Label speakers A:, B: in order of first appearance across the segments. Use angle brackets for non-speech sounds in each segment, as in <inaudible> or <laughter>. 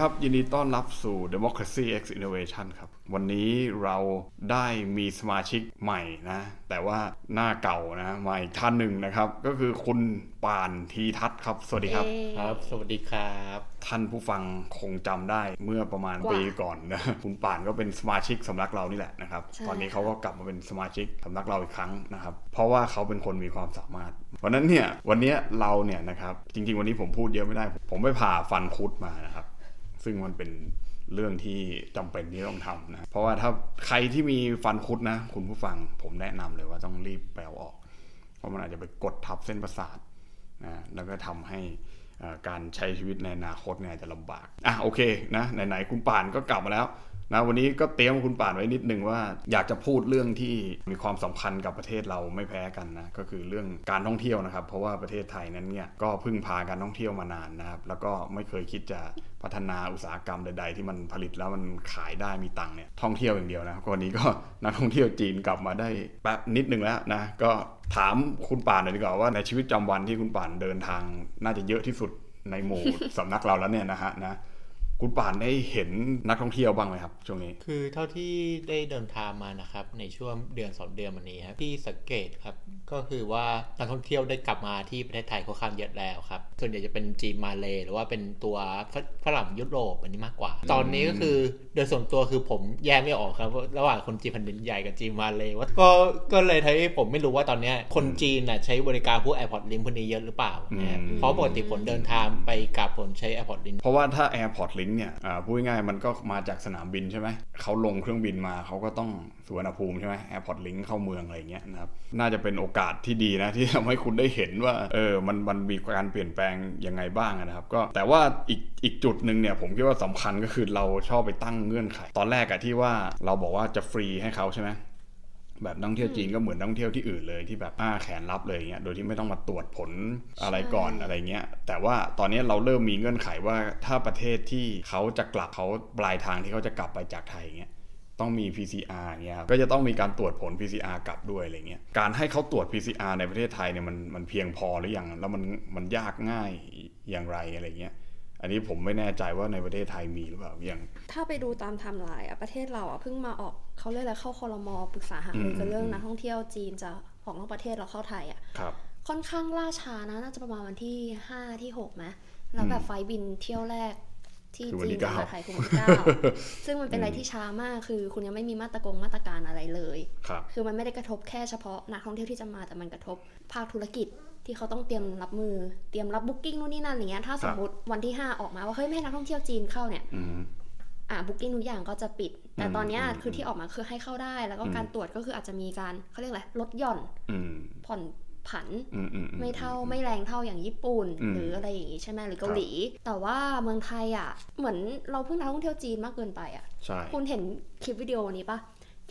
A: ครับ ยินดีต้อนรับสู่ Democracy X Innovation ครับ วันนี้เราได้มีสมาชิกใหม่นะ แต่ว่าหน้าเก่านะมาอีกท่านหนึ่งนะครับ ก็คือคุณป่านทีทัศน์ครับ สวัสดีครับ
B: เอ๊ะ
C: ครับ สวัสดีครับ
A: ท่านผู้ฟังคงจำได้เมื่อประมาณ
B: กว่า
A: ปีก่อนนะ <laughs> คุณป่านก็เป็นสมาชิกสำนักเรานี่แหละนะครับ
B: ใช่
A: ตอนนี้เขาก็กลับมาเป็นสมาชิกสำนักเราอีกครั้งนะครับ เพราะว่าเขาเป็นคนมีความสามารถ วันนั้นเนี่ยวันเนี้ยเราเนี่ยนะครับจริง ๆ วันนี้ผมพูดเยอะไม่ได้ ผมไปผ่าฟันคุดมานะครับ ซึ่งมันเป็นเรื่องที่จำเป็นที่ต้องทำนะเพราะว่าถ้าใครที่มีฟันคุดนะ คุณผู้ฟังผมแนะนำเลยว่าต้องรีบไปเอาออก เพราะมันอาจจะไปกดทับเส้นประสาทนะแล้วก็ทำให้เอ่อการใช้ชีวิตในอนาคตเนี่ยอาจจะลำบากอ่ะโอเคนะไหนๆคุณป่านก็กลับมาแล้วนะวันนี้ก็เตรียมคุณป่านไว้นิดนึงว่า อยากจะพูดเรื่องที่มีความสำคัญกับประเทศเราไม่แพ้กันนะก็คือเรื่องการท่องเที่ยวนะครับ เพราะว่าประเทศไทยนั้นเนี่ยก็พึ่งพาการท่องเที่ยวมานานนะครับแล้วก็ไม่เคยคิดจะพัฒนาอุตสาหกรรมใด ๆ ที่มันผลิตแล้วมันขายได้มีตังค์เนี่ยท่องเที่ยวอย่างเดียวนะครับวันนี้ก็นักท่องเที่ยวจีนกลับมาได้แป๊บนิดนึงแล้วนะก็ ถามคุณป่านหน่อยดีกว่าว่าในชีวิตประจำวันที่คุณป่านเดินทางน่าจะเยอะที่สุดในหมู่ สำนักเราแล้วเนี่ยนะฮะนะคุณป่านได้เห็นนักท่องเที่ยวบ้างไหมครับ ช่วงนี้
C: คือเท่าที่ได้เดินทางมานะครับ ในช่วงเดือนสองเดือนมานี้ครับที่สังเกตครับ ก็คือว่านักท่องเที่ยวได้กลับมาที่ประเทศไทยค่อนข้างเยอะแล้วครับ ส่วนใหญ่จะเป็นจีนมาเลหรือว่าเป็นตัวฝฝรั่งยุโรปอันนี้มากกว่า ตอนนี้ก็คือโดยส่วนตัวคือผมแยกไม่ออกครับว่าระหว่างคนจีนแผ่นดินใหญ่กับจีนมาเลว่าก็ก็เลยทำให้ผมไม่รู้ว่าตอนเนี้ยคนจีนน่ะใช้บริการพวก AirPods Link พวกนี้เยอะหรือเปล่านะครับ
A: อืม
C: เพราะปกติผมเดินทางไปกลับผมใช้ AirPods Link
A: เพราะว่าถ้า Airport Link เนี่ยอ่าพูดง่ายๆมันก็มาจากสนามบินใช่ไหมเขาลงเครื่องบินมาเขาก็ต้องสุวรรณภูมิใช่ไหม Airport Link เข้าเมืองอะไรอย่างเงี้ยนะครับน่าจะเป็นโอกาสที่ดีนะ <laughs> ที่ทำให้คุณได้เห็นว่าเออมันมันมีการเปลี่ยนแปลงยังไงบ้างนะครับ ก็แต่ว่าอีกอีกจุดหนึ่งเนี่ยผมคิดว่าสำคัญก็คือเราชอบไปตั้งเงื่อนไข ตอนแรกอะที่ว่าเราบอกว่าจะฟรีให้เขาใช่ไหม แบบนักท่องเที่ยวจีนก็เหมือนนักท่องเที่ยวที่อื่นเลยที่แบบอ้าแขนรับเลยอย่างเงี้ยโดยที่ไม่ต้องมาตรวจผลอะไรก่อนอะไรเงี้ยแต่ว่าตอนนี้เราเริ่มมีเงื่อนไขว่าถ้าประเทศที่เขาจะกลับเขาปลายทางที่เขาจะกลับไปจากไทยเงี้ยต้องมี PCR เงี้ยครับก็จะต้องมีการตรวจผล PCR กลับด้วยอะไรเงี้ยการให้เขาตรวจ PCR ในประเทศไทยเนี่ยมันมันเพียงพอหรือยังแล้วมันมันยากง่ายอย่างไรอะไรเงี้ยอันนี้ผมไม่แน่ใจว่าในประเทศไทยมีหรือเปล่าอย่าง
B: ถ้าไปดูตามไทม์ไลน์อะประเทศเราอะเพิ่งมาออกเขาเรียกอะไรเข้าคอรมอปรึกษาหารือ
A: อืม
B: กันเรื่องนักท่องเที่ยวจีนจะออกนอกประเทศเราเข้าไทยอะ
A: ครับ
B: ค่อนข้างล่าช้านะน่าจะประมาณวันที่ 5 ที่6ไหมแล้วแบบไฟล์บินเที่ยวแรกที่
A: คือวัน
B: จี
A: ที่
B: นจะ
A: เก้า
B: มาไทยคือวันที่เก้าซึ่งมันเป็นอะไรที่ช้ามากคือคุณยังไม่มีมาตรกงมาตรการอะไรเลย
A: ครับ
B: คือมันไม่ได้กระทบแค่เฉพาะนักท่องเที่ยวที่จะมาแต่มันกระทบภาคธุรกิจที่เขาต้องเตรียมรับมือเตรียมรับบุ๊กิ้งนู่นนี่นั่นอย่างเงี้ยถ้าสมมติวันที่ห้าออกมาว่าเฮ้ยไม่ให้นักท่องเที่ยวจีนเข้าเนี่ย
A: อืม
B: อ่าบุ๊กิ้งทุกอย่างก็จะปิด แต่
A: อืม
B: ตอนเนี้ย
A: อืม
B: คือที่ออกมาคือให้เข้าได้ แล้วก็
A: อืม
B: การตรวจก็คืออาจจะมีการเขาเรียกอะไรลดหย่อน
A: อืม
B: ผ่อนผัน
A: อืมอืมอื
B: ไม่เท่าไม่แรงเท่าอย่างญี่ปุ่น
A: อืม
B: หรืออะไรอย่างงี้ใช่ไหมหรือเกาหลี แต่ว่าเมืองไทยอ่ะเหมือนเราเพิ่งนักท่องเที่ยวจีนมากเกินไปอ่ะ
A: ใช่
B: คุณเห็นคลิปวิดีโอนี้ปะ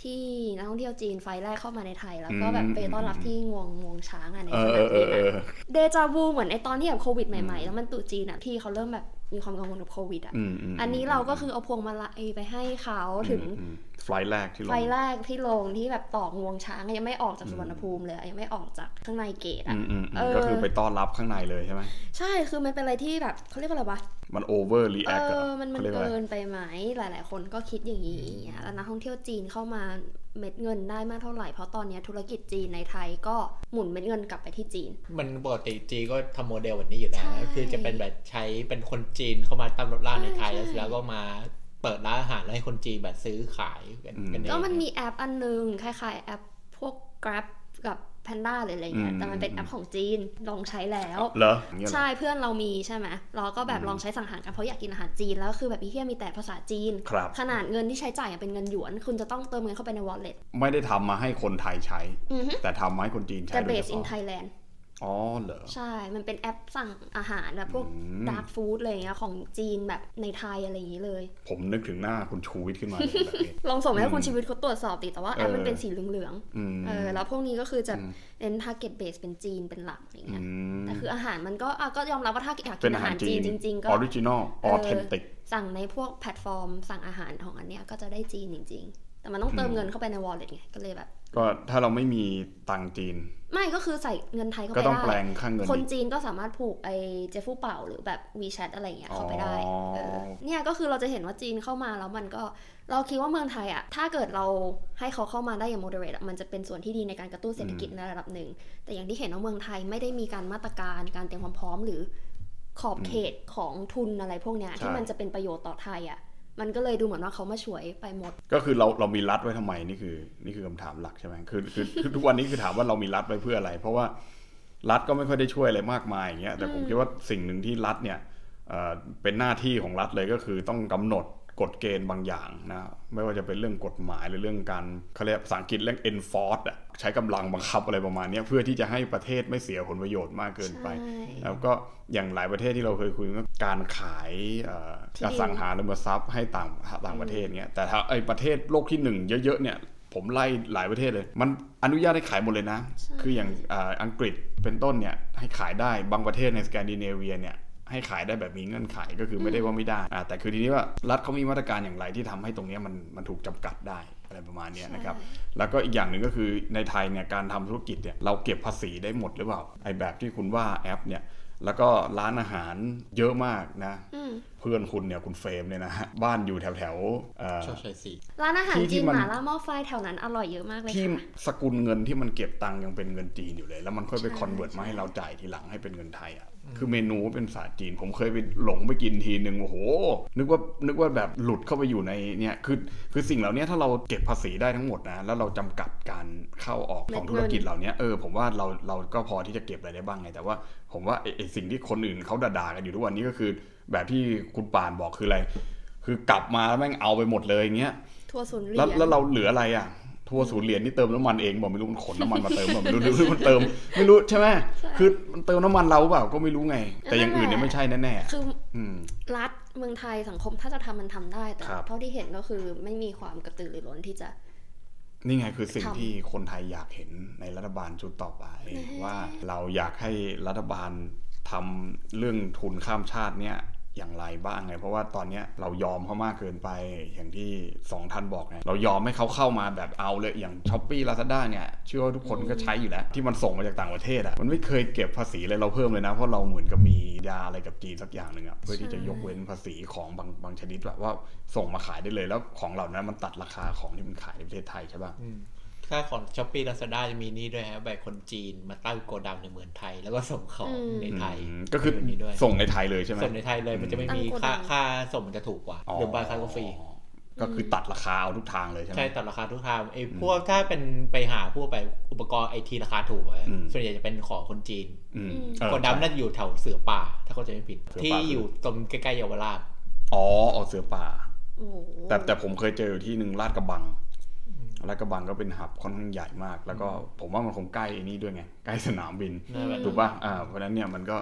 B: ที่นักท่องเที่ยวจีนไฟล์แรกเข้ามาในไทย แล้วก็แบบไปต้อนรับที่งวงงวงช้างอ่ะใน
A: เออน
B: สาม
A: เอ
B: บิ
A: อน เออเอ
B: อะ
A: อ
B: เดจาวูเหมือนไอตอนที่แบบโควิดใหม่
A: อื
B: ๆ
A: ม
B: แล้วมันตรุ๊จีนอ่ะที่เขาเริ่มแบบมีความกังวลกับโควิดอ่ะ
A: อืมม
B: อันนี้เราก็คือเอาพวงมาลัยไปให้เขาถึง
A: อืมไฟล์แรกที่ลง
B: ไฟล์แรกที่ลงที่แบบต่องวงช้างอะยังไม่ออกจาก
A: อืม
B: สุวรรณภูมิเลยอะยังไม่ออกจากข้างในเกต
A: อื
B: อ่ะ
A: มอืมอืม
B: เออ
A: ก็คือไปต้อนรับข้างในเลยใช่ไหม
B: ใช่คือมันเป็นอะไรที่แบบเขาเรียกว่าอะไรวะ
A: มันโอเวอร์รี
B: เอ
A: แอค
B: อมันมัน
A: เรียกว่าอะ
B: เกิ
A: ไร
B: นไปไหมหลาย ๆ คนก็คิดอย่างนี้อะแล้วนักท่องเที่ยวจีนเข้ามาเม็ดเงินได้มากเท่าไหร่เพราะตอนเนี้ยธุรกิจจีนในไทยก็หมุนเม็ดเงินกลับไปที่จีน
C: มันปกติจีนก็ทำโมเดลแบบนี้อยู่แล้ว
B: ใช่
C: คือจะเป็นแบบใช้เป็นคนจีนเข้ามาตั้งรถร้านในไทย
B: ใช่
C: แล้ว
B: ใช่
C: เสร็จแล้วก็มาเปิดร้านอาหารแล้วให้คนจีนแบบซื้อขายกันกันเอง
B: ก็มันมีแอปอันนึงคล้าย ๆ แอปพวก Grab กับ Panda หรืออะไรเงี้ยแต่มันเป็นแอปของจีนลองใช้แล้ว
A: เหรออย่างเงี้ยเหรอ
B: ใช่เพื่อนเรามีใช่ไหมเราก็แบบ
A: อืม
B: ลองใช้สั่งอาหารกันเพราะอยากกินอาหารจีนแล้วคือแบบพี่เฮียมีแต่ภาษาจีน
A: ครับ
B: ขนาดเงินที่ใช้จ่ายอะเป็นเงินหยวน คุณจะต้องเติมเงินเข้าไปใน wallet
A: ไม่ได้ทำมาให้คนไทยใช้
B: อือฮึ
A: แต่ทำมาให้คนจีนใช้
B: แต่
A: โดยเฉ
B: based in
A: พาะ
B: Thailand
A: อ๋อเหรอ
B: ใช่ มันเป็นแอปสั่งอาหารแบบพวก
A: อืม
B: dark food อะไรอย่างเงี้ยของจีนแบบในไทยอะไรอย่างงี้เลย
A: ผมนึกถึงหน้าคุณชูวิทย์ขึ้
B: <laughs>
A: นมาเลยแบบนี้
B: ลองส่งไปให้คุณ
A: อืม
B: ชีวิตเขาตรวจสอบติแต่ว่าแอป
A: เออ
B: มันเป็นสีเหลือง
A: อืม
B: ๆเออแล้วพวกนี้ก็คือจะเน้น target base เป็นจีนเป็นหลักอะไรอย่าง
A: อื
B: เงี้ย
A: ม
B: แต่คืออาหารมันก็อ่ะก็ยอมรับว่าถ้าอยาก
A: เป็
B: กิ
A: น
B: น
A: อา
B: อา
A: หา
B: หาร ร
A: จี
B: จี
A: น
B: นจริง ๆ ก็
A: ออริจินอลออเทนติก
B: สั่งในพวกแพลตฟอร์ม สั่งอาหารของอันเนี้ยก็จะได้จีนจริง แต่มันต้องเติมเงินเข้าไปใน wallet ไงก็เลยแบบ
A: ก็ถ้าเราไม่มีตังค์จีน
B: ไม่ก็คือใส่เงินไทยเข้า
A: ก็
B: ไป
A: ต้อง
B: ได้
A: แปลงค่าเงิน
B: คน
A: อีก
B: จีนก็สามารถผูกไอเจฟู่เป่าหรือแบบวีแชทอะไรอย่างเงี้ย
A: อ๋อ
B: เข้าไปได้เออเนี่ยก็คือเราจะเห็นว่าจีนเข้ามาแล้วมันก็เราคิดว่าเมืองไทยอ่ะถ้าเกิดเราให้เขาเข้ามาได้อย่าง moderate อะมันจะเป็นส่วนที่ดีในการกระตุ้นเศรษฐกิจในระดับหนึ่ง แต่อย่างที่เห็นว่าเมืองไทยไม่ได้มีการมาตรการการเตรียมความพร้อมหรือขอบเขตของทุนอะไรพวกเนี้ยที่มันจะเป็นประโยชน์ต่อไทยอ่ะมันก็เลยดูเหมือนว่าเขามาช่วยไปหมด
A: ก็คือเราเรามีรัฐไว้ทำไมนี่คือ นี่คือคำถามหลักใช่ไหมคือคือคือทุกวันนี้คือถามว่าเรามีรัฐไว้เพื่ออะไร เพราะว่ารัฐก็ไม่ค่อยได้ช่วยอะไรมากมายอย่างเงี้ยแต่ผมคิดว่าสิ่งหนึ่งที่รัฐเนี่ยเอ่อเป็นหน้าที่ของรัฐเลยก็คือต้องกำหนดกฎเกณฑ์บางอย่างนะไม่ว่าจะเป็นเรื่องกฎหมายหรือเรื่องการเขาเรียกภาษาอังกฤษเรื่อง enforce อะใช้กำลังบังคับอะไรประมาณเนี้ยเพื่อที่จะให้ประเทศไม่เสียผลประโยชน์มากเกินไป
B: ใช่
A: แล้วก็อย่างหลายประเทศที่เราเคยคุยก็การขายเอ่อ
B: ที่ดิน
A: อสังหาริมทรัพย์ให้ต่างต่างประเทศเนี้ยแต่ถ้าไอประเทศโลกที่หนึ่งเยอะๆเนี่ยผมไล่หลายประเทศเลย มันอนุญาตให้ขายหมดเลยนะ
B: ใช่
A: คืออย่างเอ่ออังกฤษเป็นต้นเนี่ยให้ขายได้บางประเทศในสแกนดิเนเวียเนี่ยให้ขายได้แบบมีเงื่อนไขก็คือไม่ได้ว่าไม่ได้อ่าแต่คือทีนี้ว่ารัฐเขามีมาตรการอย่างไรที่ทำให้ตรงเนี้ยมันมันถูกจำกัดได้อะไรประมาณเนี้ยนะครับ แล้วก็อีกอย่างหนึ่งก็คือในไทยเนี่ยการทำธุรกิจเนี่ยเราเก็บภาษีได้หมดหรือเปล่าไอ้แบบที่คุณว่าแอปเนี่ยแล้วก็ร้านอาหารเยอะมากนะ
B: อืม
A: เพื่อนคุณเนี่ยคุณเฟรมเนี่ยนะฮะบ้านอยู่แถวแถวๆเอ่อ
C: ชอบใช้สี
B: ร้านอาหาร
A: ที่ที่
B: จีน
A: มัน
B: หมาล่าหม้อไฟแถวนั้นอร่อยเยอะมากเลย
A: ที่
B: ค่ะ
A: สกุลเงินที่มันเก็บตังค์ยังเป็นเงินจีนอยู่เลย แล้วมันค่อยไป
B: ใช่
A: คอนเวิร์ต
B: ใช่
A: มาให้เราจ่ายทีหลังให้เป็นเงินไทยอ่ะคือเมนูเป็นภาษาจีน ผมเคยไปหลงไปกินทีหนึ่งโอ้โห นึกว่านึกว่าแบบหลุดเข้าไปอยู่ในเนี่ยคือคือสิ่งเหล่านี้ถ้าเราเก็บภาษีได้ทั้งหมดนะแล้วเราจำกัดการเข้าออกของธุรกิจเหล่านี้เออผมว่าเราเราก็พอที่จะเก็บอะไรได้บ้างไงแต่ว่า ผมว่าไอ้ไอ้สิ่งที่คนอื่นเขาด่าๆกันอยู่ทุกวันนี้ก็คือ แบบที่คุณป่านบอกคืออะไร คือกลับมาแล้วแม่งเอาไปหมดเลยอย่างเงี้ย
B: ทัวร์ศูนย์เหรีย
A: แล้ว
B: ญ
A: แล้วเราเหลืออะไรอ่ะ ทัวร์ศูนย์เหรียญนี่เติมน้ำมันเองบอกไม่รู้มันขนน้ำมันมาเติมบอกไม่รู้หรือหรือมันเติ <laughs> ม ไม่รู้ใช่ไหมคือมันเติมน้ำมันเราเปล่าก็ไม่รู้ไง แต่อย่างอื่นเนี่ยไม่ใช่แน่
B: คือ
A: ๆอืม
B: รัฐเมืองไทยสังคมถ้าจะทำมันทำได้ แต่
A: ครับ
B: เท่าที่เห็นก็คือไม่มีความกระตือรือร้นที่จะ
A: นี่ไงคือสิ่ง
B: ทำ
A: ที่คนไทยอยากเห็นในรัฐบาลชุดต่อไป ว่าเราอยากให้รัฐบาลทำเรื่องทุนข้ามชาติเนี่ยอย่างไรบ้างไงเพราะว่าตอนเนี้ยเรายอมเขามากเกินไปอย่างที่สองท่านบอกไงเรายอมให้เขาเข้ามาแบบเอาเลยอย่างช้อปปี้ลาซาด้าเนี่ยเชื่อว่าทุกคนก็ใช้อยู่แล้ว ที่มันส่งมาจากต่างประเทศอะ่ะมันไม่เคยเก็บภาษีเลยเราเพิ่มเลยนะ เพราะเราเหมือนกับมียาอะไรกับจีนสักอย่างหนึ่งอะ่ะเพื่อที่จะยกเว้นภาษีของบางบางชนิดแบบว่าส่งมาขายได้เลยแล้วของเหล่านั้นมันตัดราคาของที่มันขายในประเทศไทยใช่ปะ
C: อืมถ้าของช้อปปี้ลาซาด้าจะมีนี่ด้วยฮะแบบคนจีนมาตั้งโกดังในเมืองไทย แล้วก็ส่งของ
B: อืม
C: ในไทย
A: อืมก็คือ
C: แบบนี้ด้วย
A: ส่งในไทยเลยใช่ไหม
C: ส่งในไทยเลยมันจะไม่มี
B: ตั้งโกดั
C: ค่าง ค่าส่งมันจะถูกกว่า
A: อ๋อ
C: หรือบางครั้งก็ฟรี
A: ก็คือตัดราคาเอาทุกทางเลยใช่ไหม
C: ใช่ตัดราคาทุกทางไอ้พวกถ้าเป็นไปหาพวกไปอุปกรณ์ไอทีราคาถูกอะ
A: อืม
C: ส่วนใหญ่จะเป็นของคนจีน
A: อืม
B: อืม
A: เออ
C: โกดังน่าจะอยู่แถวเสือป่า ถ้าเข้าใจไม่ผิด ที่อยู่ตรงใกล้ๆเยาวราช
A: อ๋อเอาเสือป่า
B: โอ้โห
A: แต่แต่ผมเคยเจออยู่ที่หนึ่งลาดกระบังลาดกระบังก็เป็นหับค่อนข้างใหญ่มาก แล้วก็ผมว่ามันคงใกล้ไอ้นี่ด้วยไง ใกล้สนามบิน
C: นั่นแหละ
A: ถูกป่ะอ่าเพราะฉะนั้นเนี่ยมันก็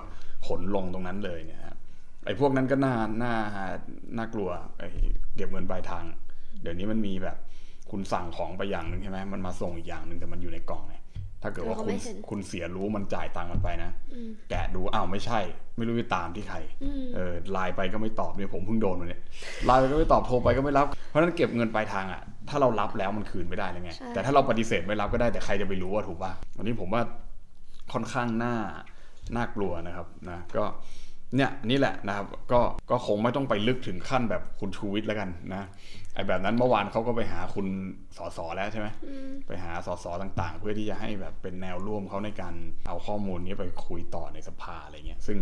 A: ขนลงตรงนั้นเลยเนี่ยฮะไอ้พวกนั้นก็น่าน่าน่ากลัวไอ้เก็บเงินปลายทาง เดี๋ยวนี้มันมีแบบ คุณสั่งของไปอย่างหนึ่งใช่ไหมมันมาส่งอีกอย่างหนึ่งแต่มันอยู่ในกล่องไงถ้าเกิดว่าคุณคุณเสียรู้มันจ่ายตังค์มันไปนะ
B: อืม
A: แกะดูอ้าวไม่ใช่ ไม่รู้ไปตามที่ใคร
B: อืม
A: เออไลน์ไปก็ไม่ตอบเนี่ยผมเพิ่งโดนมาเนี่ยไลน์ไปก็ไม่ตอบโทรไปก็ไม่รับ เพราะฉะนั้นเก็บเงินปลายทางอ่ะถ้าเรารับแล้วมันคืนไม่ได้เลยไง
B: ใช่
A: แต่ถ้าเราปฏิเสธไม่รับก็ได้แต่ใครจะไปรู้ว่าถูกป่ะวันนี้ผมว่าค่อนข้างน่าน่ากลัวนะครับนะก็เนี่ยนี่แหละนะครับก็ก็คงไม่ต้องไปลึกถึงขั้นแบบคุณชูวิทย์แล้วกันนะไอแบบนั้นเมื่อวานเขาก็ไปหาคุณสสแล้วใช่ไหม
B: อืม
A: ไปหาสสต่างๆ เพื่อที่จะให้แบบเป็นแนวร่วมเขาในการเอาข้อมูลนี้ไปคุยต่อในสภาอะไรเงี้ยซึ่ง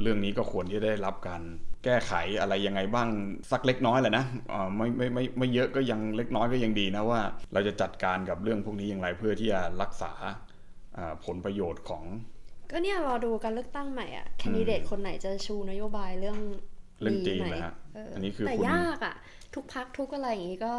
A: เรื่องนี้ก็ควรที่จะได้รับการแก้ไขอะไรยังไงบ้างสักเล็กน้อยแหละนะเอ่อไม่ไม่ไม่ไม่เยอะก็ยังเล็กน้อยก็ยังดีนะว่า เราจะจัดการกับเรื่องพวกนี้อย่างไรเพื่อที่จะรักษาเอ่อผลประโยชน์ของ
B: ก็เนี่ยรอดูการเลือกตั้งใหม่อ่ะ แคนดิเดตคนไหนจะชูนโยบายเรื่อง
A: เรื่องจีน
B: ดี
A: นะฮะ
B: เ
A: นนี้คือ
B: แต่
A: คุณ
B: ยากอ่ะ ทุกพักทุกอะไรอย่างงี้ก็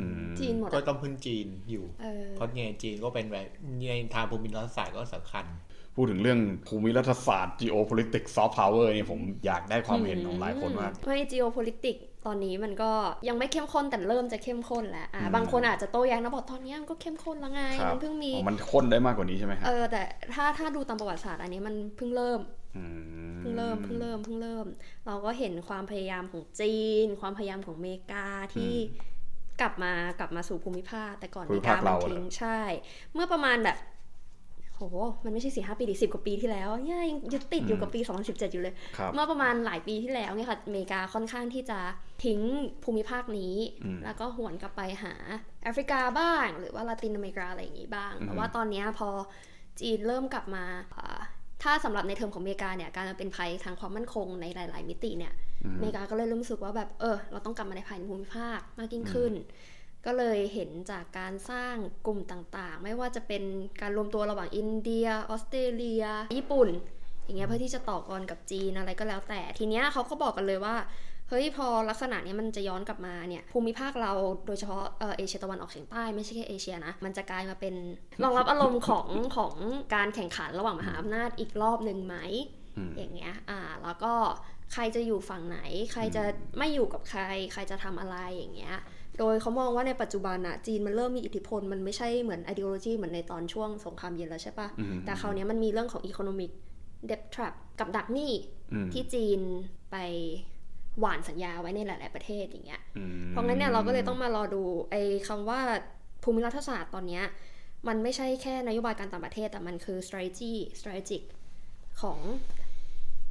A: อืม
B: จีนหมด
C: ก็
B: อะ
C: ต้องพึ่งจีนอยู่
B: เออ
C: เพราะไงจีนก็เป็นแบบในทางภูมิรัฐศาสตร์ก็สำคัญ
A: พูดถึงเรื่องภูมิรัฐศาสตร์ geopolitics soft power นี่ผมอยากได้ความเห็นของหลายคนมาก
B: ไม่ geopolitics ตอนนี้มันก็ยังไม่เข้มข้นแต่เริ่มจะเข้มข้นแล้วอ่ะ
A: อืม
B: บางคนอาจจะโต้แย้งนะบอกตอนเนี้ยมันก็เข้มข้นแล้วไง
A: ครับ
B: มันเพิ่งมี
A: อ๋อมันข้นได้มากกว่านี้ใช่ไหมฮะ
B: เออแต่ถ้าถ้าดูตามประวัติศาสตร์อันนี้มันเพิ่งเริ่ม
A: ม
B: เพิ่งเริ่มเพิ่งเริ่มเพิ่งเริ่ม เราก็เห็นความพยายามของจีน ความพยายามของอเมริกาที่ กลับมากลับมาสู่ภูมิภาคแต่ก่อน
A: ภูมิ
B: มี
A: ภาค
B: กามัน
A: เรา
B: ทิ้ง
A: เหรอ
B: ใช่ เมื่อประมาณแบบโหมันไม่ใช่สี่ห้าปีดิสิบกว่าปีที่แล้วเนี่ยยังยึดติดอยู่กับปี 2017 อยู่เลย
A: ครับ
B: เมื่อประมาณหลายปีที่แล้วเนี่ยค่ะอเมริกาค่อนข้างที่จะทิ้งภูมิภาคนี้
A: อืม
B: แล้วก็หวนกลับไปหาแอฟริกาบ้าง หรือว่าลาตินอเมริกาอะไรอย่างนี้บ้าง
A: อืม
B: แต่ว่าตอนเนี้ยพอจีนเริ่มกลับมาอ่าถ้าสำหรับในเทอมของอเมริกาเนี่ยการเป็นภัยทางความมั่นคงในหลาย ๆ มิติเนี่ย
A: อืม
B: อเมริกาก็เลยรู้สึกว่าแบบเออ เราต้องกลับมาในภายในภูมิภาคมากยิ่งขึ้น ก็เลยเห็นจากการสร้างกลุ่มต่างๆ ไม่ว่าจะเป็นการรวมตัวระหว่างอินเดีย ออสเตรเลีย ญี่ปุ่น อย่างเงี้ยเพื่อที่จะต่อกรกับจีนอะไรก็แล้วแต่ทีเนี้ยเขาก็บอกกันเลยว่า เฮ้ยพอลักษณะเนี้ยมันจะย้อนกลับมาเนี่ยภูมิภาคเราโดยเฉพาะเอ่อเอเชียตะวันออกเฉียงใต้ไม่ใช่แค่เอเชียนะมันจะกลายมาเป็นรองรับอารมณ์ของของการแข่งขันระหว่างมหาอำนาจอีกรอบหนึ่งไหม
A: อืม
B: อย่างเงี้ย อ่า แล้วก็ใครจะอยู่ฝั่งไหน ใครจะไม่อยู่กับใคร ใครจะทำอะไรอย่างเงี้ย โดยเขามองว่าในปัจจุบันอะจีนมันเริ่มมีอิทธิพล มันไม่ใช่เหมือน ideology เหมือนในตอนช่วงสงครามเย็นแล้วใช่ปะ
A: อืม
B: แต่คราวเนี้ยมันมีเรื่องของ economic debt trap กับดักหนี้
A: อืม
B: ที่จีนไปหวานสัญญาไว้ในหลาย ๆประเทศอย่างเงี้ย
A: อืม
B: เพราะงั้นเนี่ยเราก็เลยต้องมารอดูไอ้คำว่าภูมิรัฐศาสตร์ตอนเนี้ยมันไม่ใช่แค่นโยบายการต่างประเทศ แต่มันคือ strategy strategic ของ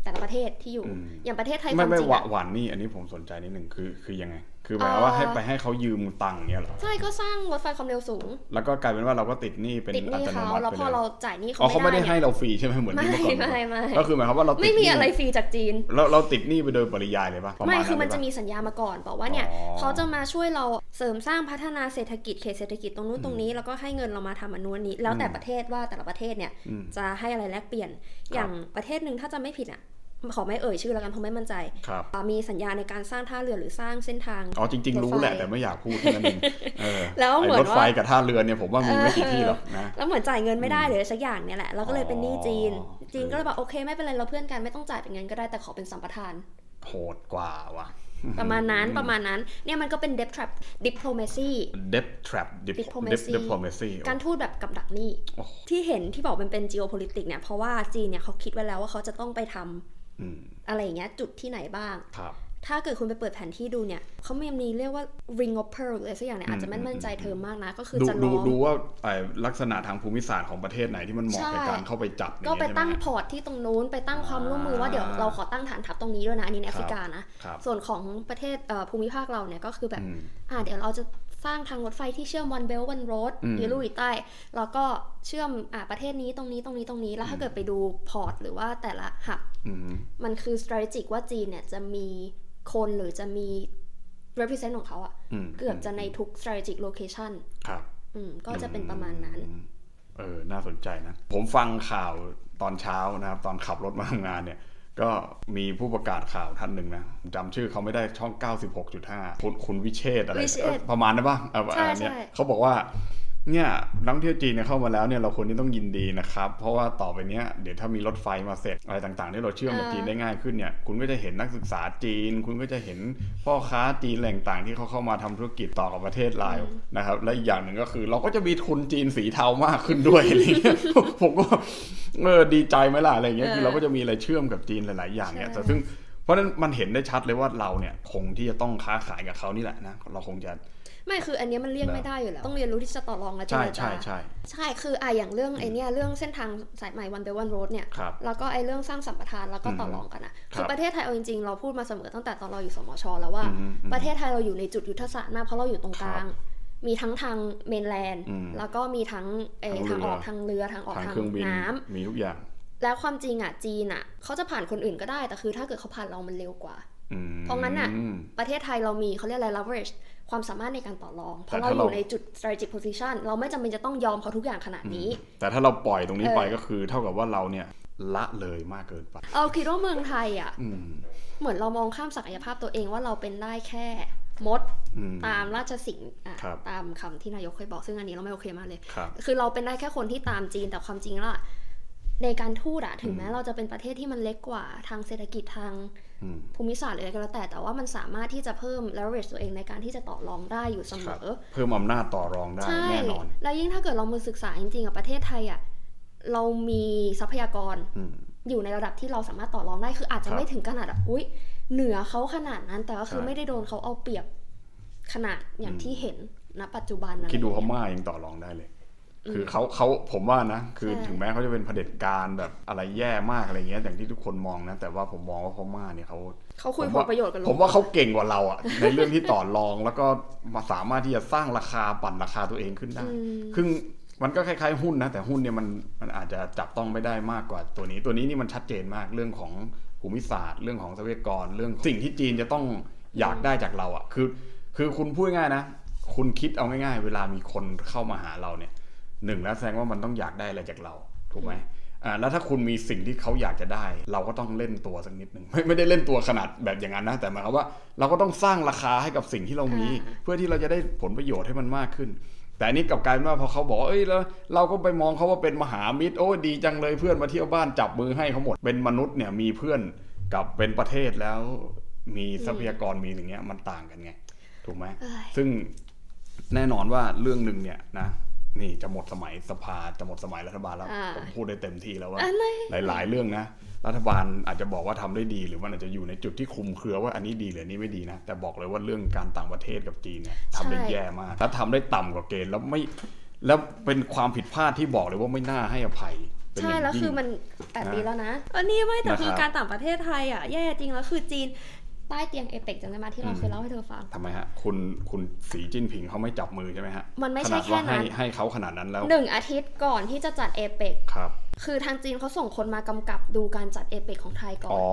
B: แต่ละประเทศที่อยู่
A: อืม
B: อย่างประเทศไทยค
A: ไม่
B: วาม
A: ไม่
B: จริง
A: หวาน
B: อะ
A: หวานนี่อันนี้ผมสนใจนิดหนึ่งคือคือยังไง คือหมายความว่า
B: เอ่อ
A: ให้ไปให้เขายืมตังค์เนี่ยเหรอ
B: ใช่ก็สร้างรถไฟความเร็วสูง
A: แล้วก็กลายเป็นว่าเราก็ติดหนี้เป็น
B: ติดห
A: อั
B: นี้
A: ตโน
B: เขา
A: มัติ
B: แล้ว
A: ไป
B: พอ
A: เล
B: เรา
A: ย
B: จ่ายหนี้เขา
A: อ๋อเขาไม่
B: ไม่
A: ได้
B: ได้
A: ให้
B: เนี่ย
A: เราฟรีใช่ไหมเหมือน
B: ไม่
A: ที่เมื่อก่อน
B: ไม่ไม่
A: ก็คือหมายความว่าเราติด
B: ไม่มี
A: หนี้
B: อะไรฟรีจากจีน
A: แล้วเราติดหนี้ไปโดยปริยายเลยปะประาณ
B: ไม่คือมัน
A: เลย
B: จะ
A: ป
B: มีสัญญามาก่อนบอกว่าเนี่ย
A: อ๋อ
B: เขาจะมาช่วยเราเสริมสร้างพัฒนาเศรษฐกิจเขตเศรษฐกิจตรงนู้นตรงนี้แล้วก็ให้เงินเรามาทำอันนู้นอันนี้ แล้วแต่
A: อืม
B: ประเทศว่าแต่ละประเทศเนี่ย
A: อืม
B: จะให้อะไรแลกเปลี่ยน
A: ครับ
B: อย่างประเทศหนึ่งถ้าจะไม่ผิดอ่ะ ขอไม่เอ่ยชื่อแล้วกันเพราะไม่มั่นใจ
A: ครับ
B: อ่ามีสัญญาในการสร้างท่าเรือหรือสร้างเส้นทาง
A: อ๋อจริง ๆ รู้แหละ
B: รถไฟ
A: แต่ไม่อยากพูดแค่นั้นเองเออ
B: แล้วเหมือน
A: ไรถไฟ
B: ว่า
A: กับท่าเรือเนี่ยผมว่ามีไม่กี่ที่หรอกนะ
B: แล้วเหมือนจ่ายเงินไม่ได้หรือสักอย่างเนี่ยแหละ แล้วก็เลยเป็นหนี้จีน
A: อ๋อ
B: จีนก็เลยบอกโอเคไม่เป็นไรเราเพื่อนกันไม่ต้องจ่ายเป็นเงินก็ได้แต่ขอเป็นสัมปทาน
A: โหดกว่าว่ะ
B: ประมาณนั้นประมาณนั้น เนี่ยมันก็เป็น debt trap diplomacy
A: debt trap dip-
B: Diplomacy
A: dip- diplomacy
B: การทูตแบบกับดักหนี้
A: โอ้โห
B: ที่เห็นที่บอกมันเป็น geopolitics เนี่ยเพราะว่าจีนเนี่ยเขาคิดไว้แล้วว่าเขาจะต้องไปทำ
A: อืม
B: อะไรอย่างเงี้ยจุดที่ไหนบ้าง
A: ครับ
B: ถ้าเกิดคุณไปเปิดแผนที่ดูเนี่ยเขามีมีเรียกว่า ring of pearl อะไรสักอย่างเนี่ย
A: อืม
B: อาจจะไม่
A: อืม
B: มั่นใจเธอมากนะ ก็คือ
A: ดู
B: จะล
A: ดู
B: อง
A: ดูว่าไอ้ลักษณะทางภูมิศาสตร์ของประเทศไหนที่มันเหมาะ
B: ใช่
A: กับการเข้าไปจับอย่า
B: ก็ไป
A: เยใช่หม
B: ตั้งพอร์ตที่ตรงนู้น ไปตั้งความร่วมมือว่าเดี๋ยวเราขอตั้งฐานทัพตรงนี้ด้วยนะ อันนี้ใน
A: ครั
B: แอบ ฟริกานะ
A: ครับ
B: ส่วนของประเทศเอ่อภูมิภาคเราเนี่ยก็คือแบบ
A: อืม
B: อ่าเดี๋ยวเราจะสร้างทางรถไฟที่เชื่อมวันเบลวันโรด
A: อืม
B: ยูรูอีใต้แล้วก็เชื่อมอ่าประเทศนี้ตรงนี้ตรงนี้ตรงนี้แล้ว
A: อื
B: ถ้าม เกิดไปดูพอร์ตหรือว่าแต่ละหับ
A: อืม
B: มันคือ strategic ว่าจีนเนี่ยจะมีคนหรือจะมี represent ของเขาอะ
A: ม
B: เกือบจะในทุก strategic location
A: ครับ
B: อืมก็จะเป็นประมาณนั้น
A: อืมเออ น่าสนใจนะ ผมฟังข่าวตอนเช้านะครับ ตอนขับรถมาทำงานเนี่ย ก็มีผู้ประกาศข่าวท่านหนึ่งนะผมจำชื่อเขาไม่ได้ช่อง 96.5 คุณคุณวิเชษฐ์อะไร
B: วิเชษฐ์
A: เอ่อประมาณนั้นป่ะเออ
B: ใช่
A: อันเนี่ย
B: ใช่
A: เขาบอกว่า เนี่ยนักท่องเที่ยวจีนเนี่ยเข้ามาแล้วเนี่ยเราควรที่ต้องยินดีนะครับ เพราะว่าต่อไปเนี้ยเดี๋ยวถ้ามีรถไฟมาเสร็จอะไรต่างๆที่เราเชื่อมกับจีนได้ง่ายขึ้นเนี่ยคุณก็จะเห็นนักศึกษาจีน คุณก็จะเห็นพ่อค้าจีนแหล่งต่างๆที่เขาเข้ามาทำธุรกิจต่อกับประเทศเรานะครับ และอีกอย่างหนึ่งก็คือ เราก็จะมีทุนจีนสีเทามากขึ้น
B: <laughs>
A: ด้วย อะไรเงี้ยผมก็เออดีใจไหมล่ะอะไรเงี้ยคือเราก็จะมีอะไรเชื่อมกับจีนหลายๆ อย่างเนี่ย
B: ใช่
A: แต่ซึ่งเพราะฉะนั้นมันเห็นได้ชัดเลยว่าเราเนี่ยคงที่จะต้องค้าขายกับเขานี่แหละนะเราคงจะ
B: ไม่คืออันเนี้ยมันเลี่ยง
A: นะ
B: ไม่ได้อยู่แล้ว ต้องเรียนรู้ที่จะต่อรองและเจ
A: ใช่
B: รจา
A: ใช่ใช่
B: ใช่คืออ่ะอย่างเรื่องไอเนี้ยเรื่องเส้นทางสายใหม่วันเบลวันโรดเนี่ย
A: ครับ
B: แล้วก็ไอเรื่องสร้างสัมปทานแล้วก็
A: อืม
B: ต่อรองกันอะ
A: ครับ
B: คือประเทศไทยเอาจริงๆ เราพูดมาเสมอตั้งแต่ตอนเราอยู่สมชแล้วว่า
A: อืมอืม
B: ประเทศไทยเราอยู่ในจุดยุทธศาสตร์มากเพราะเราอยู่ตรงกลาง มีทั้งทางเมนแลนด์
A: อืม
B: แล้วก็มีทั้งเออ
A: ทา
B: ทาง ง
A: เรือ
B: ออกทางเรือทางออก
A: ทาง
B: ทาง
A: เครื่องบิน
B: น้ำ
A: มีทุกอย่าง
B: แล้วความจริงอะจีนอะเขาจะผ่านคนอื่นก็ได้แต่คือถ้าเกิดเขาผ่านเรามันเร็วกว่า
A: อืม
B: เพราะงั้นน่ะ
A: อืม
B: ประเทศไทยเรามีเขาเรียกอะไร leverage ความสามารถในการต่อรอง เพ
A: แต่
B: ราะเรา
A: ถ้า
B: อ
A: เรา
B: ยู่ในจุด strategic position เราไม่จำเป็นจะต้องยอมเขาทุกอย่างขนาดนี้
A: แต่ถ้าเราปล่อยตรงนี้
B: เออ
A: ไปก็คือ เท่ากับว่าเราเนี่ยละเลยมากเกินไป
B: เอาคิดว่าเมืองไทยอ่ะ
A: อืม
B: เหมือนเรามองข้ามศักยภาพตัวเองว่าเราเป็นได้แค่มด
A: อืม
B: ตามราชสิงห์อ่ะ
A: ครับ
B: ตามคำที่นายกเคยบอกซึ่งอันนี้เราไม่โอเคมากเลย
A: ครับ
B: คือเราเป็นได้แค่คนที่ตามจีนแต่ความจริงแล้วอะในการทูตอะถึงแม้
A: อืม
B: เราจะเป็นประเทศที่มันเล็กกว่าทางเศรษฐกิจทาง
A: อืม
B: ภูมิศาสตร์หรืออะไรก็แล้วแต่แต่ว่ามันสามารถที่จะเพิ่ม leverage ตัวเองในการที่จะต่อรองได้อยู่เสม
A: ครับ
B: อ
A: เพิ่มอำนาจต่อรองได้
B: ใช่
A: แน่นอน
B: แล้วยิ่งถ้าเกิดเรามาศึกษาจริงๆกับประเทศไทยอ่ะ เรามีทรัพยากร
A: อืม
B: อยู่ในระดับที่เราสามารถต่อรองได้ คืออาจจะ
A: ครับ
B: ไม่ถึงขนาดแบบอุ้ยเหนือเขาขนาดนั้น แต่ก็คือ
A: ใช่
B: ไม่ได้โดนเขาเอาเปรียบ ขนาดอย่างที่เห็นณปัจจุบันอะไร
A: คิดดูพ
B: อย่งเงี้ย
A: ม่ายังต่อรองได้เลย
B: อืม
A: คือเขาเขาผมว่านะ คือ
B: ใช่
A: ถึงแม้เขาจะเป็นเผด็จการแบบอะไรแย่มากอะไรเงี้ยอย่างที่ทุกคนมองนะ แต่ว่าผมมองว่าพม่าเนี่ยเขา
B: เขาคุย
A: ผม
B: ผล
A: ว่า
B: ประโยชน์กันลง
A: ผมว่าเขาเก่งกว่าเราอะในเรื่องที่ต่อรองแล้วก็มาสามารถที่จะสร้างราคาปั่นราคาตัวเองขึ้นได้
B: อืม
A: ซึ่งมันก็คล้ายๆหุ้นนะ แต่หุ้นเนี่ยมันมันอาจจะจับต้องไม่ได้มากกว่าตัวนี้ ตัวนี้นี่มันชัดเจนมากเรื่องของภูมิศาสตร์ เรื่องของทรัพยากรเรื่องของสิ่งที่จีนจะต้องอยากได้จากเราอะ่ะคือ คือคุณพูดง่ายๆนะ คุณคิดเอาง่ายๆ เวลามีคนเข้ามาหาเราเนี่ยหนึ่งแล้วแสดงว่ามันต้องอยากได้อะไรจากเราถูกไหมอ่าแล้วถ้าคุณมีสิ่งที่เขาอยากจะได้ เราก็ต้องเล่นตัวสักนิดหนึ่งไม่ไม่ได้เล่นตัวขนาดแบบอย่างนั้นนะแต่หมายความว่าเราก็ต้องสร้างราคาให้กับสิ่งที่เรามี
B: อ่า
A: เพื่อที่เราจะได้ผลประโยชน์ให้มันมากขึ้น แต่อันนี้กลับกลายเป็นว่าพอเขาบอกว่าเอ้ยแล้วเราก็ไปมองเขาว่าเป็นมหามิตรโอ้ยดีจังเลยเพื่อนมาเที่ยวบ้านจับมือให้เขาหมด เป็นมนุษย์เนี่ยมีเพื่อนกับเป็นประเทศแล้วมีทรัพยากรมีอย่างเงี้ยมันต่างกันไง ถูกไหม
B: เอ้ย
A: ซึ่งแน่นอนว่าเรื่องหนึ่งเนี่ยนะ นี่จะหมดสมัยสภาจะหมดสมัยรัฐบาลแล้ว
B: อ่า
A: ผมพูดได้เต็มที่แล้วว่า
B: อะไร
A: หลาย ๆ เรื่องนะ รัฐบาลอาจจะบอกว่าทำได้ดีหรือมันอาจจะอยู่ในจุดที่คลุมเครือว่าอันนี้ดีหรืออันนี้ไม่ดีนะ แต่บอกเลยว่าเรื่องการต่างประเทศกับจีนเนี่ยทำได้
B: ใช่
A: แย่มาก แล้วทำได้ต่ำกว่าเกณฑ์แล้วไม่แล้วเป็นความผิดพลาดที่บอกเลยว่าไม่น่าให้อภัยเป็น
B: ใช่
A: ย่างยิ่ง
B: แล้วคือมันแปด
A: นะ
B: ปีแล้วนะเออนี่ไม่
A: นะค
B: แต่
A: รับ
B: คือการต่างประเทศไทยอ่ะแย่จริงแล้วคือจีนใต้เตียงเอเปกจำได้ไหมที่เรา
A: อืม
B: เคยเล่าให้เธอฟัง
A: ทำไมฮะคุณคุณสีจิ้นผิงเขาไม่จับมือใช่ไหมฮะ
B: มันไม่
A: ข
B: ใช่
A: นาด
B: แค่
A: ว่า
B: นั้
A: ให้
B: น
A: ให้เขาขนาดนั้นแล้ว
B: หนึ่งอาทิตย์ก่อนที่จะจัดเอเปก
A: ครับ
B: คือทางจีนเขาส่งคนมากำกับดูการจัดเอเปกของไทยก่อน
A: อ๋อ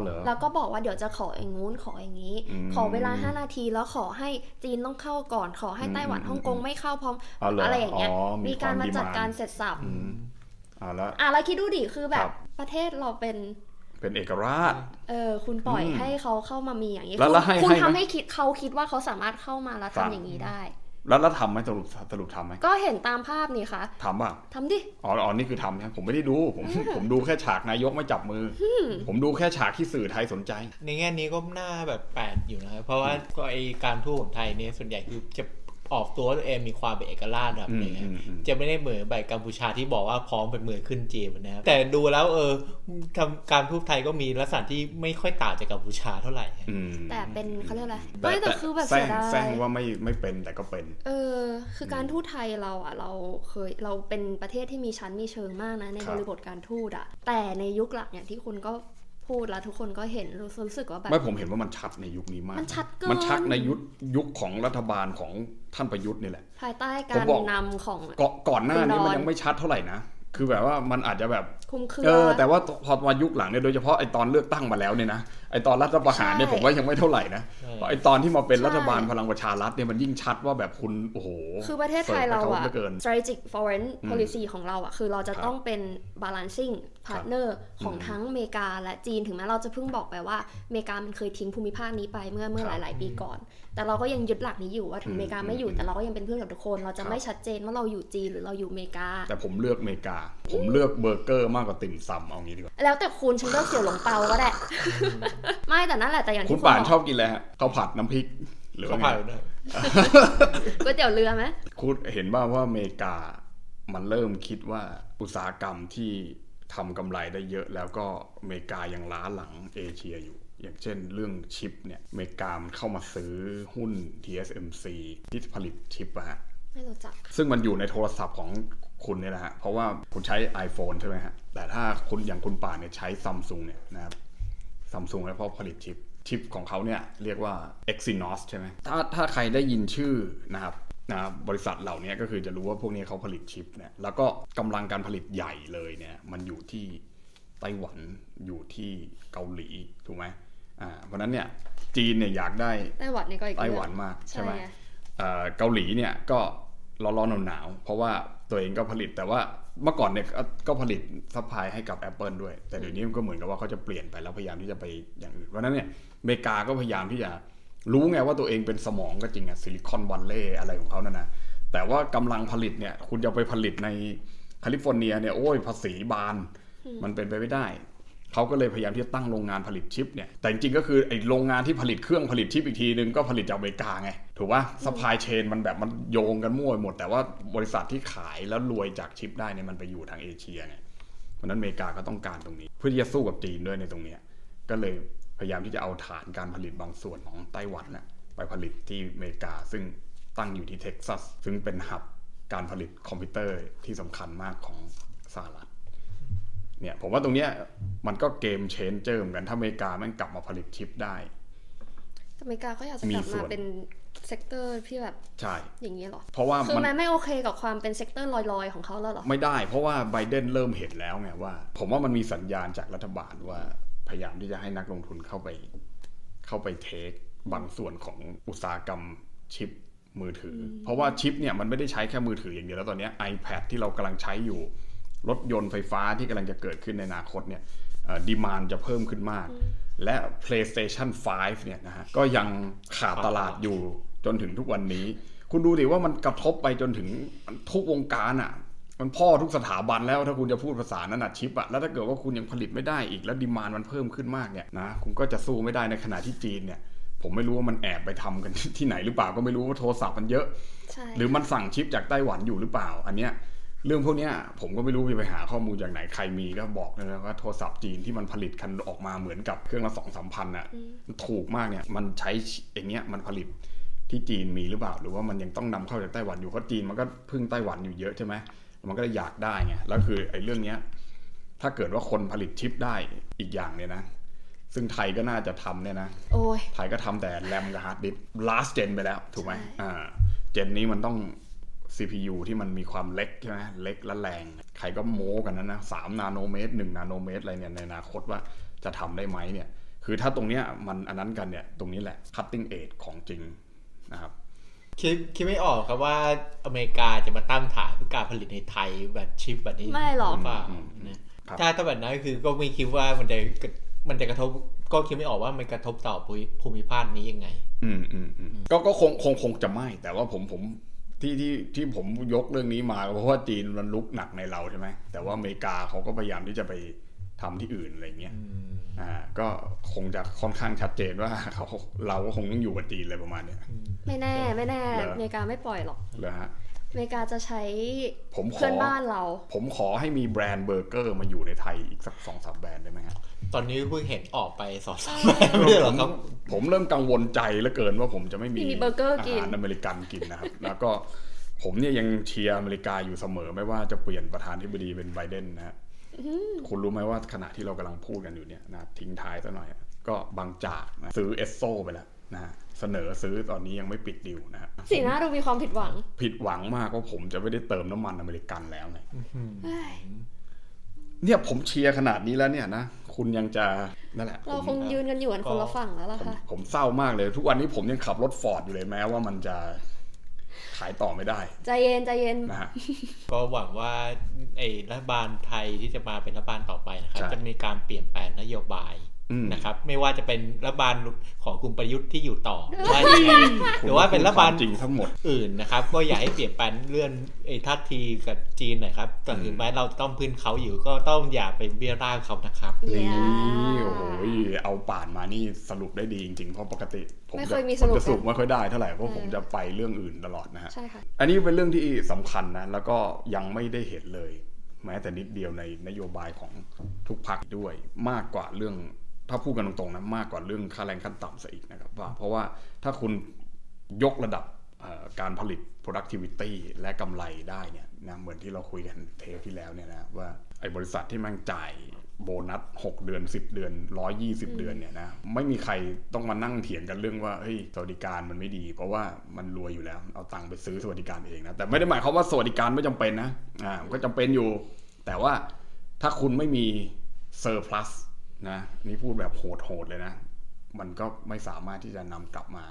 A: เหรอ
B: แล้วก็บอกว่าเดี๋ยวจะขออย่างงู้นขออย่างนี้
A: อืม
B: ขอเวลา 5 นาทีแล้วขอให้จีนต้องเข้าก่อน ขอให้ไต้หวัน
A: อืม
B: ฮ่องกงไม่เข้าพร้อม
A: อ๋อเหรอ
B: อะไรอย่างเงี้ย
A: อ๋อมี
B: มีกา
A: ควา
B: ร
A: ม
B: มาจัด
A: demand
B: การเสร็จสับ
A: อืมอ่าแล้ว
B: อ่ะแล้วคิดดูดิคือแบ
A: ครับ บ
B: ประเทศเราเป็น
A: เป็นเอกราช
B: เออคุณปล่อย
A: อืม
B: ให้เขาเข้ามามีอย่างนี้
A: แล้ว
B: คุณ
A: แล้วให้
B: คุณ
A: ให้ไหม
B: ทำให้คิดเขาคิดว่าเขาสามารถเข้ามาแล้ว
A: ครับ
B: ทำอย่างนี้ได้
A: แล้วแล้วทำไหมสรุปสรุปทำไหม
B: ก็เห็นตามภาพนี่คะ
A: ทำป่ะ
B: ทำดิ
A: อ๋ออ๋อนี่คือทำใช่ไหมผมไม่ได้ดูผมผมดูแค่ฉากนายกไม่จับมืออผมดูแค่ฉากที่สื่อไทยสนใจ
C: ในแง่นี้ก็น่าแบบแปลกอยู่นะครับเพราะว่าก็ไอการทูตของไทยเนี่ยส่วนใหญ่คือจะออกตัวว่าตัวเองมีความเป็นเอกราชระดับหนึ่ง
A: อื
C: อะ
A: มอืมอืม
C: จะไม่ได้เหมือนใบกัมพูชาที่บอกว่าพร้อมเป็นมือขึ้นจีนนะครับแต่ดูแล้วเออทำการทูตไทยก็มีลักษณะที่ไม่ค่อยต่างจากกัมพูชาเท่าไหร่
A: อืม
B: แต่เป็นเขาเรียกอะไรไม่แต่คือแบบเสียดาย
A: แซงว่าไม่ไม่เป็นแต่ก็เป็น
B: เออคือการทูตไทยเราอ่ะเราเคยเราเป็นประเทศที่มีชั้นมีเชิงมากนะใน
A: ครับ บ
B: ริบทการทูตอ่ะ แต่ในยุคหลังอย่างที่คุณก็พูดแล้วทุกคนก็เห็นรู้สึกว่าแบบ
A: ไม่ผมเห็นว่ามันชัดในยุคนี้มาก
B: มันชัดเกิน
A: มันชัดในยุคยุคของรัฐบาลของท่านประยุทธ์นี่แหละ
B: ภายใต้
A: ผ
B: กาม ร
A: บอก
B: นำของ
A: ก่อนก่อนหน้านี้
B: คุ
A: มั
B: ณดอน น
A: ยังไม่ชัดเท่าไหร่นะคือแบบว่ามันอาจจะแบบ
B: คุมเครือ
A: เออแต่ว่าพอมายุคหลังเนี่ยโดยเฉพาะไอตอนเลือกตั้งมาแล้วเนี่ยนะไอตอนรัฐประหารเนี่ยผมว่ายังไม่เท่าไหร่นะ
C: ใช่
A: เพราะไอตอนที่มาเป็นรัฐบาลพลังประชารัฐเนี่ยมันยิ่งชัดว่าแบบคุณโอ้โห
B: คือประเทศไทยเรา
A: สิฟกบข
B: อ่ะ
A: หลืเกิน
B: strategic foreign policy ของเราอ่ะ คือเราจะ
A: ครับ
B: ต้องเป็น balancing partner ของ
A: อืม
B: ทั้งอเมริกาและจีนถึงแม้เราจะเพิ่งบอกไปว่าอเมริกามันเคยทิ้งภูมิภาคนี้ไปเมื่อเมื่อ
A: ค
B: ห
A: รับ
B: ลาย ๆ ปีก่อน แต่เราก็ยังยึดหลักนี้อยู่ว่าถึง
A: อืม
B: อเมริกาไม่อยู่
A: อืม
B: แต่เราก็ยังเป็นเพื่อนกับทุกคน เราจะ
A: ครับ
B: ไม่ชัดเจนว่าเราอยู่จีนหรือเราอยู่อเมริกา
A: แต่ผมเลือกอเมริกา ผมเลือกเบอร์เกอร์มากกว่าติ่มซำเอางี้ดีกว่า
B: แล้วแต่คุณฉันเลือกเสี่ยวหลงเปาก็
A: <laughs>
B: ได้ ไม่แต่นั่นแหละแต่อย่าง
A: คุ
B: ที่
A: ณป่าน
B: บอก
A: ชอบกินอะไรฮะข้าวผัดน้ำพริกหรือ
C: เขา
A: ว่าไง
C: ผ่านด้วย
B: ก๋วยเตี๋ยวเรือไหม
A: คุณเห็นบ้างว่าอเมริกา มันเริ่มคิดว่าอุตสาหกรรมที่ทำกำไรได้เยอะแล้วก็อเมริกายังล้าหลังเอเชียอยู่ อย่างเช่นเรื่องชิปเนี่ยอเมริกามันเข้ามาซื้อหุ้น TSMC ที่ผลิตชิปอะฮะ
B: ไม่รู้จัก
A: ซึ่งมันอยู่ในโทรศัพท์ของคุณเนี่ยนะฮะ เพราะว่าคุณใช้ iPhone ใช่ไหมฮะ แต่ถ้าคุณอย่างคุณป่านเนี่ยใช้ซัมซุงเนี่ยนะครับซัมซุงแล้วพอผลิตชิป ชิปของเขาเนี่ยเรียกว่า Exynos ใช่ไหมถ้าถ้าใครได้ยินชื่อนะครับนะครับบริษัทเหล่านี้ก็คือจะรู้ว่าพวกนี้เขาผลิตชิปเนี่ย แล้วก็กำลังการผลิตใหญ่เลยเนี่ย มันอยู่ที่ไต้หวันอยู่ที่เกาหลีถูกไหมอ่า เพราะฉะนั้นเนี่ยจีนเนี่ยอยากได้
B: ไต้หวันนี่ก็อีก
A: ไต้
B: เรื่อ
A: ห
B: ง
A: วันมาก
B: ใช่
A: ใช่ไหม
B: ไง
A: เอ่อเกาหลีเนี่ยก็ร้อนๆหนาวๆเพราะว่าตัวเองก็ผลิตแต่ว่าเมื่อก่อนเนี่ยก็ก็ผลิตซัพพลายให้กับ Apple ด้วย แต่เดี๋ยวนี้มันก็เหมือนกับว่าเขาจะเปลี่ยนไปแล้วพยายามที่จะไปอย่างอื่นเพราะฉะนั้นเนี่ยอเมริกาก็พยายามที่จะรู้ไงว่าตัวเองเป็นสมองก็จริงอะซิลิคอนวัลเลย์อะไรของเขานั่นนะแต่ว่ากำลังผลิตเนี่ยคุณจะไปผลิตในแคลิฟอร์เนียเนี่ยโอ้ยภาษีบาน มันเป็นไปไม่ได้ เขาก็เลยพยายามที่จะตั้งโรงงานผลิตชิปเนี่ย แต่จริงๆก็คือไอ้โรงงานที่ผลิตเครื่องผลิตชิปอีกทีนึงก็ผลิตจากอเมริกาไง ถูกปะซัพพลายเชนมันแบบมันโยงกันมั่วไปหมด แต่ว่าบริษัทที่ขายแล้วรวยจากชิปได้เนี่ยมันไปอยู่ทางเอเชียไง เพราะฉะนั้นอเมริกาก็ต้องการตรงนี้ เพื่อที่จะสู้กับจีนด้วยในตรงเนี้ยก็เลยพยายามที่จะเอาฐานการผลิตบางส่วนของไต้หวันนะ ไปผลิตที่อเมริกา ซึ่งตั้งอยู่ที่เท็กซัส ซึ่งเป็นหับการผลิตคอมพิวเตอร์ที่สำคัญมากของสหรัฐ เนี่ยผมว่าตรงเนี้ยมันก็เกมเชนเจอร์เหมือนกันถ้าอเมริกามันกลับมาผลิตชิปได้
B: อเมริกาก็อยากจะกลับ
A: มีส่
B: มา
A: วน
B: เป็นเซกเตอร์ที่แบบ
A: ใช่
B: อย่างนี้เหรอ
A: เพราะว่า
B: คือ
A: มัน
B: มันไม่โอเคกับความเป็นเซกเตอร์ลอยๆ ของเขาแล้วเหรอ
A: ไม่ได้เพราะว่าไบเดนเริ่มเห็นแล้วไงว่า ผมว่ามันมีสัญญาณจากรัฐบาลว่าพยายามที่จะให้นักลงทุนเข้าไป เข้าไปเทคบางส่วนของอุตสาหกรรมชิปมือถืออเพราะว่าชิปเนี่ยมันไม่ได้ใช้แค่มือถืออย่างเดียวแล้วตอนเนี้ย iPad ที่เรากำลังใช้อยู่ รถยนต์ไฟฟ้าที่กำลังจะเกิดขึ้นในอนาคตเนี่ยดีมานจะเพิ่มขึ้นมาก และ PlayStation 5 เนี่ยนะฮะก็ยังขาดตลาดอยู่จนถึงทุกวันนี้ คุณดูดิว่ามันกระทบไปจนถึงทุกวงการอ่ะ มันพ่อทุกสถาบันแล้วถ้าคุณจะพูดภาษานั้นอะชิปอะแล้วถ้าเกิดว่าคุณยังผลิตไม่ได้อีกแล้วดีมานมันเพิ่มขึ้นมากเนี่ยนะคุณก็จะสู้ไม่ได้ในขณะที่จีนเนี่ย ผมไม่รู้ว่ามันแอบไปทำกัน ที่ไหนหรือเปล่าก็ไม่รู้ว่าโทรศัพท์มันเยอะ
B: ใช่
A: หรือมันสั่งชิปจากไต้หวันอยู่หรือเปล่า อันเนี้ยเรื่องพวกเนี้ยผมก็ไม่รู้จะไปหาข้อมูลจากไหนใครมีก็บอกเลยนะว่าโทรศัพท์จีนที่มันผลิตกันออกมาเหมือนกับเครื่องละสองสามพันอะถูกมากเนี่ยมันใช้อย่างเงี้ยมันผลิตที่จีนมีหรือเปล่า หรือว่ามันยังต้องนำเข้าจากไต้หวันอยู่เพราะจีนมันก็พึ่งไต้หวันอยู่เยอะใช่ไหมมันก็เลยอยากได้ไงแล้วคือไอ้เรื่องเนี้ยถ้าเกิดว่าคนผลิตชิปได้อีกอย่างเนี่ยนะ ซึ่งไทยก็น่าจะทำเนี่ยนะ
B: โอ้ย
A: ไทยก็ทำแต่แรมกับฮาร์ดดิส last gen ไปแล้ว ถูกไหม
B: ใช่
A: อ่า เจนนี้มันต้อง CPU ที่มันมีความเล็กใช่ไหมเล็กและแรง ใครก็โม้กันนะนะสามนาโนเมตรหนึ่งนาโนเมตรอะไรเนี่ยในอนาคตว่าจะทำได้ไหมเนี่ย คือถ้าตรงเนี้ยมันอันนั้นกันเนี่ย ตรงนี้แหละ cutting edge ของจริงนะครับ
C: คิดคิดไม่ออกครับว่าอเมริกาจะมาตั้งฐานเพื่อการผลิตในไทยแบบชิปแบบนี้
B: ไม่หรอก
C: เปล่า
A: อืมอืม
C: นะครับ ถ้าถ้าแบบนั้นคือก็ไม่คิดว่ามันจะมันจะกระทบก็คิดไม่ออกว่ามันกระทบต่อภูมิภูมิภาคนี้ยังไง
A: อืมอืมอืมก็ก็คงคงคงจะไม่ แต่ว่าผมผมที่ที่ที่ผมยกเรื่องนี้มาก็เพราะว่าจีนมันลุกหนักในเราใช่ไหมแต่ว่าอเมริกาเขาก็พยายามที่จะไปทำที่อื่นอะไรอย่างเงี้ย อ่าก็คงจะค่อนข้างชัดเจนว่า <laughs> เขาเราก็คงต้องอยู่กับจีนเลยประมาณเนี้ย
B: ไม่แน่ไม่แน่
A: เหรอ
B: อเมริกาไม่ปล่อยหรอก
A: เลยฮะ
B: อเมริกาจะใช้
A: ผมขอ
B: เพื่อนบ้านเรา
A: ผมขอให้มีแบรนด์เบอร์เกอร์มาอยู่ในไทยอีกสักสองสามแบรนด์ได้ไหมฮะ
C: ตอนนี้เพิ่งเห็นออกไปสองสามแบบไม่ใช่เหรอครับ
A: ผมเริ่มกังวลใจเหลือเกินว่าผมจะไม่มี
B: ไม่มีเบอร์เกอร์กิน
A: หารอเมริกันกินนะครับ <laughs> แล้วก็ผมเนี่ยยังเชียร์อเมริกาอยู่เสมอไม่ว่าจะเปลี่ยนประธานธิบดีเป็นไบเดนนะฮะคุณรู้ไหมว่าขณะที่เรากำลังพูดกันอยู่เนี่ยนะครับทิ้งท้ายซะหน่อยอะก็บางจากนะซื้อเอสโซไปแล้วนะฮะเสนอซื้อตอนนี้ยังไม่ปิดดิวนะฮะ
B: สีหน้าดูมีความผิดหวัง
A: ผิดหวังมากว่าผมจะไม่ได้เติมน้ำมันอเมริกันแล้วเนี่ย
B: เฮ้ย
A: เนี่ยผมเชียร์ขนาดนี้แล้วเนี่ยนะ คุณยังจะนั่นแหละ
B: เรา
A: ผม
B: คงยืนกันอยู่กันคนละฝั่งแล้วล่ะ
A: ผม
B: ค่ะ
A: ผมเศร้ามากเลย ทุกวันนี้ผมยังขับรถฟอร์ดอยู่เลยแม้ว่ามันจะขายต่อไม่ได้
B: ใจเย็นใจเย็น
A: นะฮะ
C: ก็หวังว่าไอ้รัฐบาลไทยที่จะมาเป็นรัฐบาลต่อไปนะครับ
A: ใช่
C: จะมีการเปลี่ยนแปลงนโยบาย
A: อืม
C: นะครับ ไม่ว่าจะเป็นรัฐบาลของคุณประยุทธ์ที่อยู่ต่อ หรือว่ายังไงหรือว่าเป็นรัฐบาล
A: คุณพูดควมจริงทั้งหมด
C: อื่นนะครับ ก็อยากให้เปลี่ยนแปลงเรื่องไอ้ท่าทีกับจีนหน่อยครับแต่ถึงแม้เราจะต้องพึ่งเขาอยู่ก็ต้องอย่าไปเบี้ยร่างเขานะครับ
B: เนี่
A: นี่
B: ย
A: โอ้โหเอาป่านมานี่สรุปได้ดีจริงๆเพราะปกติ ผม
B: ไม่
A: จะ
B: เคยมี
A: ผ
B: สรุ
A: ม
B: ป
A: จะสรุป
B: นะ
A: ไม่ค่อยได้เท่าไหร่เพ
B: อื
A: ราะ
B: ม
A: ผมจะไปเรื่องอื่นตลอดนะฮะ
B: ใช่ค่ะ
A: อันนี้เป็นเรื่องที่สำคัญนะแล้วก็ยังไม่ได้เห็นเลย แม้แต่นิดเดียวในนโยบายของทุกพักด้วย มากกว่าเรื่องถ้าพูดกันตรงๆนะมากกว่าเรื่องค่าแรงขั้นต่ำซะอีกนะครับว่าเพราะว่าถ้าคุณยกระดับเอ่อการผลิต productivity และกำไรได้เนี่ยนะเหมือนที่เราคุยกันเทปที่แล้วเนี่ยนะว่าไอ้บริษัทที่แมันจ่ายโบนัส 6 เดือน 10 เดือน 120 เดือนเนี่ยนะไม่มีใครต้องมานั่งเถียงกันเรื่องว่าเฮ้ยสวัสดิการมันไม่ดี เพราะว่ามันรวยอยู่แล้ว เอาตังค์ไปซื้อสวัสดิการเองนะแต่ไม่ได้หมายความว่าสวัสดิการไม่จำเป็นนะอ่ามันก็จำเป็นอยู่ แต่ว่าถ้าคุณไม่มีเซอร์พลัสนะนี่พูดแบบโหดๆเลยนะ มันก็ไม่สามารถที่จะนำกลับมา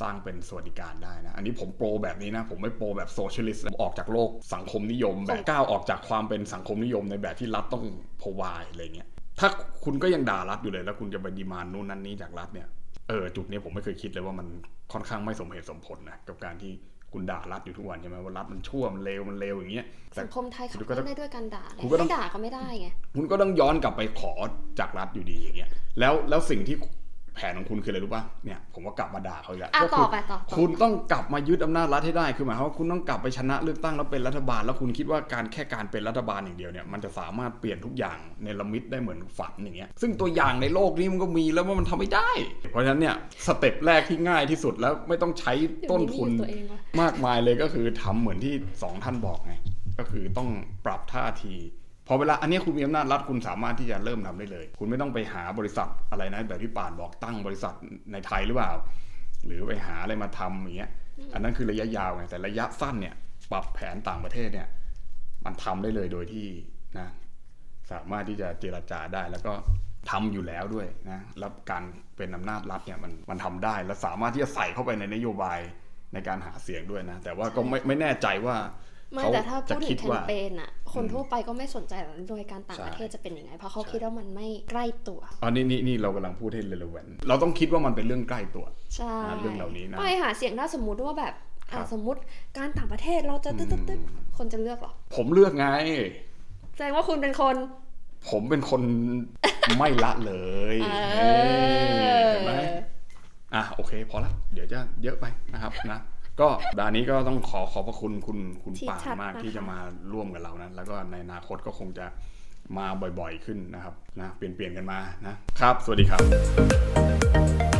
A: สร้างเป็นสวัสดิการได้นะ อันนี้ผมโปรแบบนี้นะ ผมไม่โปรแบบโซเชียลิสต์ออกจากโลกสังคมนิยม แบบก้าวออกจากความเป็นสังคมนิยมในแบบที่รัฐต้องพวายอะไรเงี้ยถ้าคุณก็ยังด่ารัฐอยู่เลยแล้วคุณจะไปดีมานนู่นนั่นนี้จากรัฐเนี่ยเออจุดเนี้ยผมไม่เคยคิดเลยว่ามันค่อนข้างไม่สมเหตุสมผลนะกับการที่คุณด่ารัฐอยู่ทุกวันใช่ไหมว่ารัฐมันชั่วมันเลวมันเลวอย่างเงี้ยแต่
B: สังคมไทยขับ
A: คุณก็
B: เค
A: ต้
B: ลื่
A: อ
B: อง นได้ด้วยการด่าไง
A: คุณก็ต้อง
B: ไม่ด่าก็ไม่ได้ไง
A: คุณก็ต้องย้อนกลับไปขอจากรัฐอยู่ดีอย่างเงี้ยแล้วแล้วสิ่งที่แผ ผนของคุณคืออะไรรู้ป่ะเนี่ยผมก็กลับมาด่าเขาอีกแล้ว
B: อ่ะ
A: ก็
B: ต่
A: คือ อ
B: ไปต่อต่อ
A: คุณต้องกลับมายึดอำนาจรัฐให้ได้คือหมายความว่าคุณต้องกลับไปชนะเลือกตั้งแล้วเป็นรัฐบาล แล้วคุณคิดว่าการแค่การเป็นรัฐบาลอย่างเดียวเนี่ยมันจะสามารถเปลี่ยนทุกอย่างในละมิดได้เหมือนฝันอย่างเงี้ยซึ่งตัวอย่างในโลกนี้มันก็มีแล้วว่ามันทำไม่ได้ เพราะฉะนั้นเนี่ยสเต็ปแรกที่ง่ายที่สุดแล้วไม่ต้องใช้ต้นทุน
B: เดี๋ยวนี้มีอยู่ตัวเองว่ะ
A: มากมายเลยก็คือทำเหมือนที่สองท่านบอกไงก็คือต้องปรับท่าทีพอเวลาอันเนี้ยคุณมีอำนาจรัฐคุณสามารถที่จะเริ่มทำได้เลย คุณไม่ต้องไปหาบริษัทอะไรนะแบบที่ป่านบอกตั้งบริษัทในไทยหรือเปล่า หรือไปหาอะไรมาทำอย่างเงี้ยอันนั้นคือระยะยาวไงแต่ระยะสั้นเนี่ย ปรับแผนต่างประเทศเนี่ย มันทำได้เลยโดยที่นะ สามารถที่จะเจรจาได้แล้วก็ทำอยู่แล้วด้วยนะแล้วการเป็นอำนาจรัฐเนี่ยมันมันทำได้และสามารถที่จะใส่เข้าไปในนโยบายในการหาเสียงด้วยนะ แต่ว่าก็ไม่ไม่แน่ใจว่า
B: ไม่
A: เขา
B: แต่ถ้า
A: จะ
B: พูดถึ
A: คิด
B: งแคม
A: ว่า
B: เปญอะคนทั่วไปก็ไม่สนใจหรอกโดยการต่าง
A: ใช่
B: ประเทศจะเป็นยังไง เพราะเขา
A: ใช่
B: คิดว่ามันไม่ใกล้ตัว
A: อันนี้นี่นี่เรากำลังพูดให้ relevant เราต้องคิดว่ามันเป็นเรื่องใกล้ตัว
B: ใช่
A: อ่าเรื่องเหล่านี้นะ
B: ไปหาเสียงได้สมมุติว่าแบบ
A: ครั
B: อ่า
A: บ
B: สมมติการต่างประเทศเราจะตึ๊ด
A: อืม
B: ตึ๊ดๆๆคนจะเลือกเหรอ
A: ผมเลือกไง
B: แสดงว่าคุณเป็นคน
A: ผมเป็นคน <laughs> ไม่ละเลย
B: เอ
A: เห็นไหม
B: อ
A: อ่ะโอเคพอละเดี๋ยวจะเยอะไปนะครับนะ ก็ดานนี้ก็ต้องขอขอบพระคุณคุณคุณ
B: ที่
A: ป่าน
B: ชัด
A: มาก
B: นะคะ
A: ที่จะมาร่วมกับเรานะแล้วก็ในอนาคตก็คงจะมาบ่อยๆขึ้นนะครับนะเปลี่ยนเปลี่ยนๆกันมานะครับ สวัสดีครับ